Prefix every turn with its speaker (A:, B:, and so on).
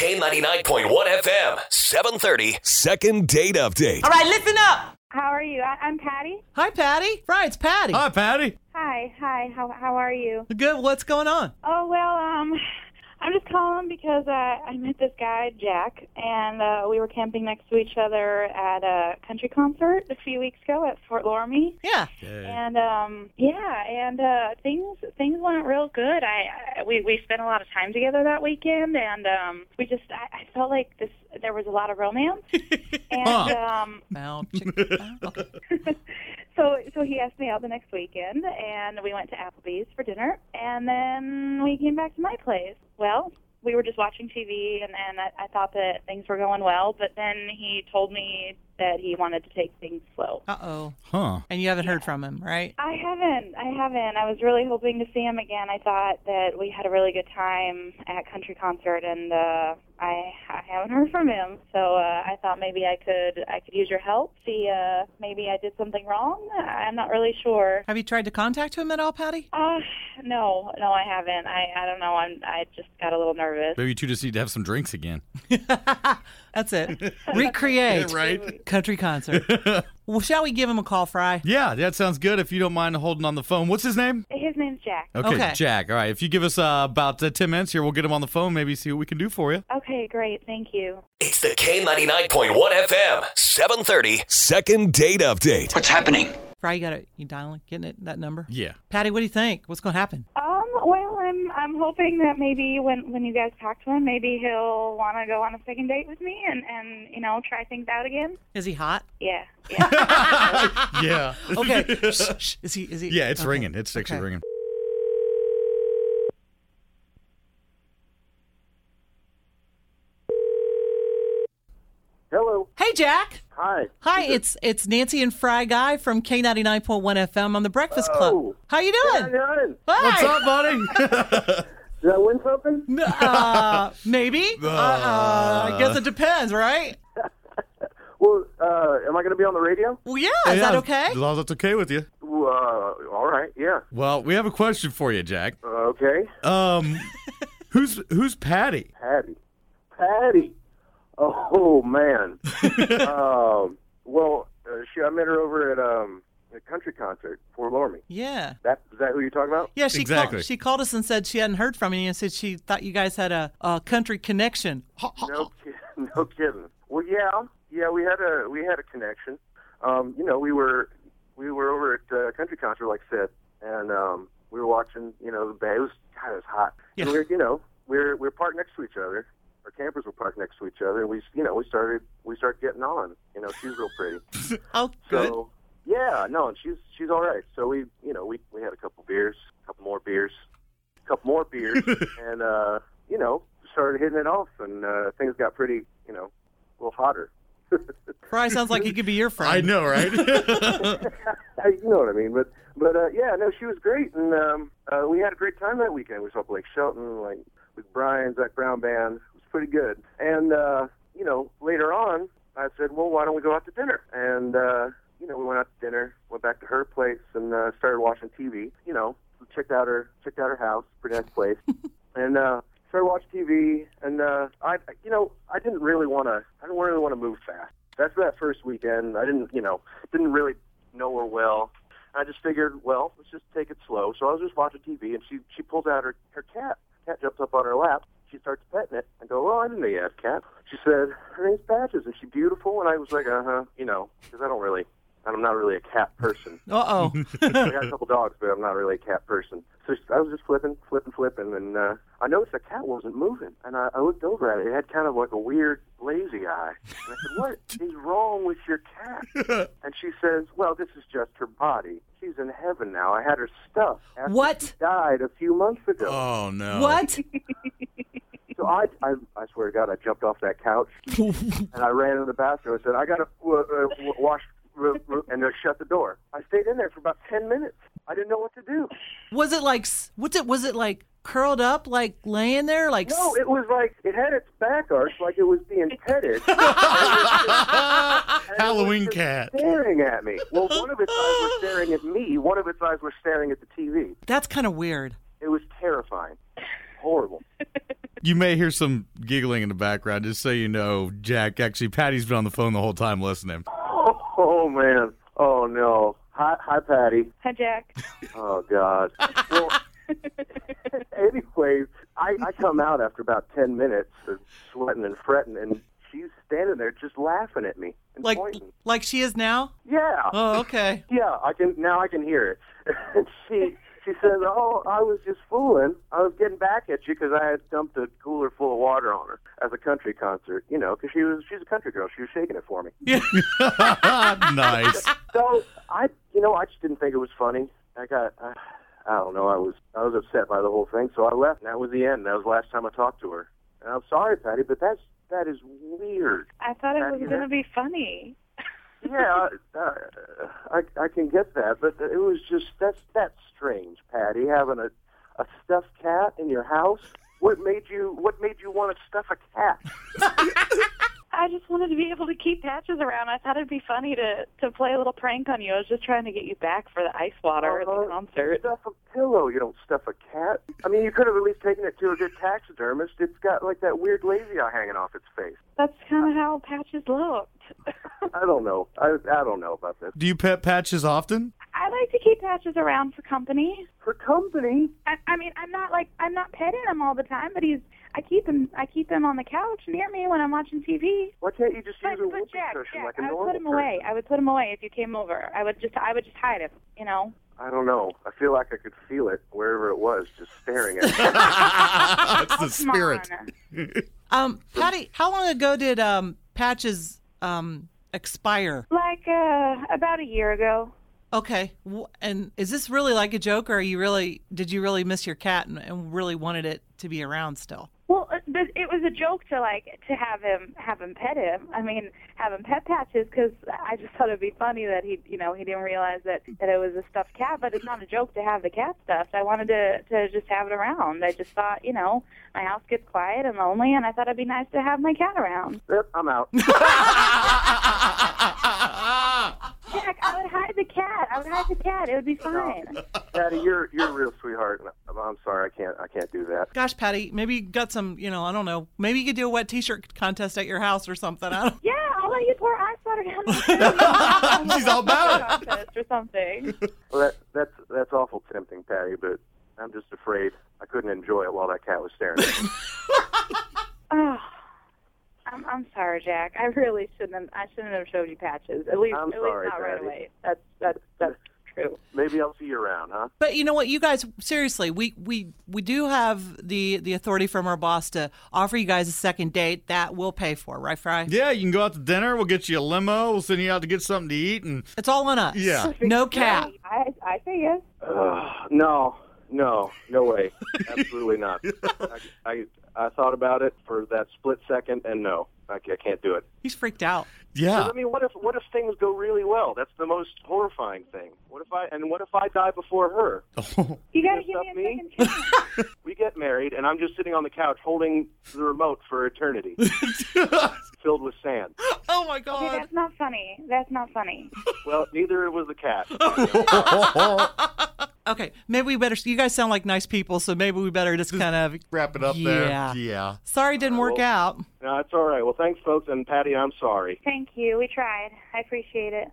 A: K99.1 FM, 730.
B: Second date update.
C: All right, listen up.
D: How are you? I- I'm Patty.
C: Hi, Patty. Right, it's Patty.
E: Hi, Patty.
D: Hi, hi. How how are you?
C: Good. What's going on?
D: Oh well, um, I'm just calling because uh, I met this guy Jack, and uh, we were camping next to each other at a country concert a few weeks ago at Fort Loramie.
C: Yeah.
D: And um, yeah, and uh, things things went real good. I, I we we spent a lot of time together that weekend, and um, we just I, I felt like this there was a lot of romance, and
E: Huh.
D: um,
C: Now, chick- okay.
D: So so he asked me out the next weekend, and we went to Applebee's for dinner, and then we came back to my place. Well, we were just watching TV, and and I, I thought that things were going well, but then he told me that he wanted to take things slow.
C: Uh oh.
E: Huh.
C: And you haven't heard from him, right?
D: I haven't. I haven't. I was really hoping to see him again. I thought that we had a really good time at country concert, and uh, I I haven't heard from him. So uh, I thought maybe I could I could use your help. See, uh, maybe I did something wrong. I'm not really sure.
C: Have you tried to contact him at all, Patty?
D: Uh, no, no, I haven't. I, I don't know. I'm, I just got a little nervous.
E: Maybe you two just need to have some drinks again.
C: That's it. Recreate.
E: Yeah, right.
C: Country concert. well, shall we give him a call, Fry?
E: Yeah, that sounds good. If you don't mind holding on the phone, what's his name?
D: His name's Jack.
E: Okay,
C: Okay.
E: Jack. All right. If you give us uh, about uh, 10 minutes here, we'll get him on the phone, maybe see what we can do for you.
D: Okay, great. Thank you.
A: It's the K99.1 FM, 730.
B: Second date update.
F: What's happening?
C: Fry, you got it. You dialing, getting it, that number?
E: Yeah.
C: Patty, what do you think? What's going to happen?
D: Um, well, I'm, I'm hoping that maybe when, when you guys talk to him, maybe he'll want to go on a second date with me and, and, you know, try things out again.
C: Is he hot?
D: Yeah. Yeah.
E: Yeah.
C: Okay. Shh, shh. is he? Is he?
E: yeah, it's
C: okay.
E: ringing. It's actually
C: Okay.
E: ringing.
G: Hello.
C: Hey, Jack.
G: Hi.
C: Hi, it's it's Nancy and Fry Guy from K ninety nine point one FM on the Breakfast Club.
G: Oh.
C: How you
G: How
C: doing?
G: you doing?
C: Hi.
E: What's up, buddy?
G: Did I win something?
C: Uh, maybe. Uh, uh, I guess it depends, right?
G: Well, uh, am I going to be on the radio?
C: Well, yeah. Is that
E: Yeah,
C: okay?
E: As long as that's okay with you.
G: Uh, all right. Yeah.
E: Well, we have a question for you, Jack.
G: Uh, okay.
E: Um, who's who's Patty?
G: Patty. Patty. Oh man. um, well, uh, she, I met her over at um, a country concert for Lormy.
C: Yeah.
G: That is that who you're talking about?
C: Yeah, she
E: Exactly.
C: called, she called us and said she hadn't heard from you and said she thought you guys had a, a country connection.
G: No, kid- no kidding. Well, yeah, yeah. We had a we had a connection. Um, you know, we were we were over at uh, country concert, like I said, and um, we were watching. You know, the bay. It was God, it was hot.
C: Yeah.
G: And we were, you know, we were we were parked next to each other. Our campers were parked next to each other, and we, you know, we started we started getting on. You know, she was real pretty.
C: Oh, good.
G: So, yeah, no, and she's she's all right. So we, you know, we we had a couple beers, a couple more beers, a couple more beers, and uh, you know, started hitting it off, and uh, things got pretty, you know, a little hotter.
C: Fry sounds like he could be your friend.
E: I know, right?
G: Uh, you know what I mean? But but uh, yeah, no, she was great, and um, uh, we had a great time that weekend. We saw Blake Shelton, like with Brian, Zach Brown band. It was pretty good. And uh, you know, later on, I said, well, why don't we go out to dinner? And uh, you know, we went out to dinner, went back to her place, and uh, started watching TV. You know, checked out her checked out her house, pretty nice place, and. uh Started watching TV, and uh, I, you know, I didn't really want to. I didn't really want to move fast. That's that first weekend. I didn't, you know, didn't really know her well. I just figured, well, let's just take it slow. So I was just watching TV, and she she pulls out her her cat. Cat jumps up on her lap. She starts petting it. I go, well, I didn't know you had a cat. She said, her name's Patches, and she beautiful. And I was like, uh huh, you know, because I don't really, I'm not really a cat person.
C: Uh oh.
G: I got a couple dogs, but I'm not really a cat person. So I was just flipping, flipping, flipping, and uh, I noticed the cat wasn't moving. And I, I looked over at it. It had kind of like a weird lazy eye. And I said, "What is wrong with your cat?" And she says, "Well, this is just her body. She's in heaven now. I had her stuffed after
C: What?
G: she died a few months ago."
E: oh no.
C: What?
G: So I, I, I swear to God, I jumped off that couch and I ran into the bathroom. I said, I got to uh, uh, w- wash w- w- and then shut the door. I stayed in there for about 10 minutes. I didn't know what to do.
C: Was it like? s- What's it? Was it like curled up, like laying there, like?
G: No,
C: s-
G: it was like, it had its back arched like it was being petted,
E: Halloween cat.
G: staring at me. Well, one of its eyes was staring at me, one of its eyes was staring at the TV.
C: That's kind of weird.
G: It was terrifying. Horrible.
E: You may hear some giggling in the background, just so you know, Jack. Actually, Patty's been on the phone the whole time listening.
G: Oh, oh, man. Oh no. Hi, hi, Patty.
D: Hi, Jack.
G: Oh God. Well, anyways, I, I come out after about ten minutes, of sweating and fretting, and she's standing there just laughing at me and
C: Like
G: pointing.
C: like she is now?
G: Yeah.
C: Oh, okay.
G: Yeah, I can now. I can hear it. And she she says, "Oh, I was just fooling. I was getting back at you because I had dumped a cooler full of water on her as a country concert. You know, because she was she's a country girl. She was shaking it for me.
E: nice.
G: So I, you know, I just didn't think it was funny. I got, uh, I don't know. I was I was upset by the whole thing, so I left. And that was the end. That was the last time I talked to her. And I'm sorry, Patty, but that's that is weird.
D: I thought it
G: Have
D: was
G: you
D: going to
G: heard-
D: be funny.
G: Yeah, I, uh, I I can get that, but it was just that's that's strange, Patty, having a a stuffed cat in your house. What made you What made you want to stuff a cat?
D: I just wanted to be able to keep patches around. I thought it'd be funny to to play a little prank on you. I was just trying to get you back for the ice water at
G: Uh-huh.
D: the concert.
G: Stuff a pillow. You don't stuff a cat. I mean, you could have at least taken it to a good taxidermist. It's got like that weird lazy eye hanging off its face.
D: That's kind of how patches looked.
G: I don't know. I I don't know about this.
E: Do you pet patches often?
D: I like to keep patches around for company.
G: For company,
D: I, I mean, I'm not like I'm not petting him all the time, but he's I keep him I keep him on the couch near me when I'm watching TV.
G: why can't you just
D: But,
G: use a whoopee
D: but Jack,
G: cushion
D: Jack,
G: like a
D: I
G: normal
D: would put him
G: person?
D: away. I would put him away if you came over. I would just I would just hide him. You know.
G: I don't know. I feel like I could feel it wherever it was, just staring at me.
E: That's the
D: Come
E: spirit.
D: on.
C: Um, Patty, how long ago did um patches um expire?
D: Like uh, about a year ago.
C: Okay. Wh- And is this really like a joke, or are you really did you really miss your cat and, and really wanted it to be around still?
D: Well, uh, but it was a joke to like to have him have him pet him. I mean, have him pet patches because I just thought it'd be funny that he, you know, he didn't realize that that it was a stuffed cat. But it's not a joke to have the cat stuffed. I wanted to to just have it around. I just thought, you know, my house gets quiet and lonely, and I thought it'd be nice to have my cat around.
G: Yep, I'm out.
D: Jack, I would hide the cat. I would hide the cat. It would be fine.
G: Patty, you're you're a real sweetheart. and I'm, I'm sorry, I can't I can't do that.
C: Gosh, Patty, maybe you got some, you know, I don't know. Maybe you could do a wet T-shirt contest at your house or something. I don't.
D: Yeah, I'll let you pour ice water down the
E: She's all about
D: it. Or something.
G: Well, that that's that's awful tempting, Patty, but I'm just afraid I couldn't enjoy it while that cat was staring. at me.
D: Oh, I'm, I'm sorry, Jack. I really shouldn't. Have, I shouldn't have showed you patches. At least,
G: I'm
D: at
G: sorry,
D: least not right
G: Patty.
D: away. That's that's that's true.
G: Maybe I'll see you around, huh?
C: But you know what, you guys, seriously, we we we do have the the authority from our boss to offer you guys a second date that we'll pay for, right, Fry?
E: Yeah, you can go out to dinner. We'll get you a limo. We'll send you out to get something to eat. And
C: It's all on us.
E: Yeah.
C: No cat.
D: I I say yes.
G: Ugh, Uh, no, no, no way. Absolutely not. I, I I thought about it for that split second, and no, I, ca- I can't do it.
C: He's freaked out.
E: yeah,
G: 'Cause, I mean, what if what if things go really well? That's the most horrifying thing. What if I and what if I die before her?
D: You gotta
G: Yes,
D: give me a
G: me?
D: second chance.
G: We get married, and I'm just sitting on the couch holding the remote for eternity, filled with sand.
C: Oh my
D: Okay,
C: God.
D: that's not funny. That's not funny.
G: Well, neither was the cat.
C: Okay, maybe we better. You guys sound like nice people, so maybe we better just kind of.
E: wrap it up
C: Yeah.
E: there. Yeah.
C: Sorry, it didn't work out.
G: No, it's all right. Well, thanks, folks, and Patty, I'm sorry.
D: Thank you. We tried. I appreciate it.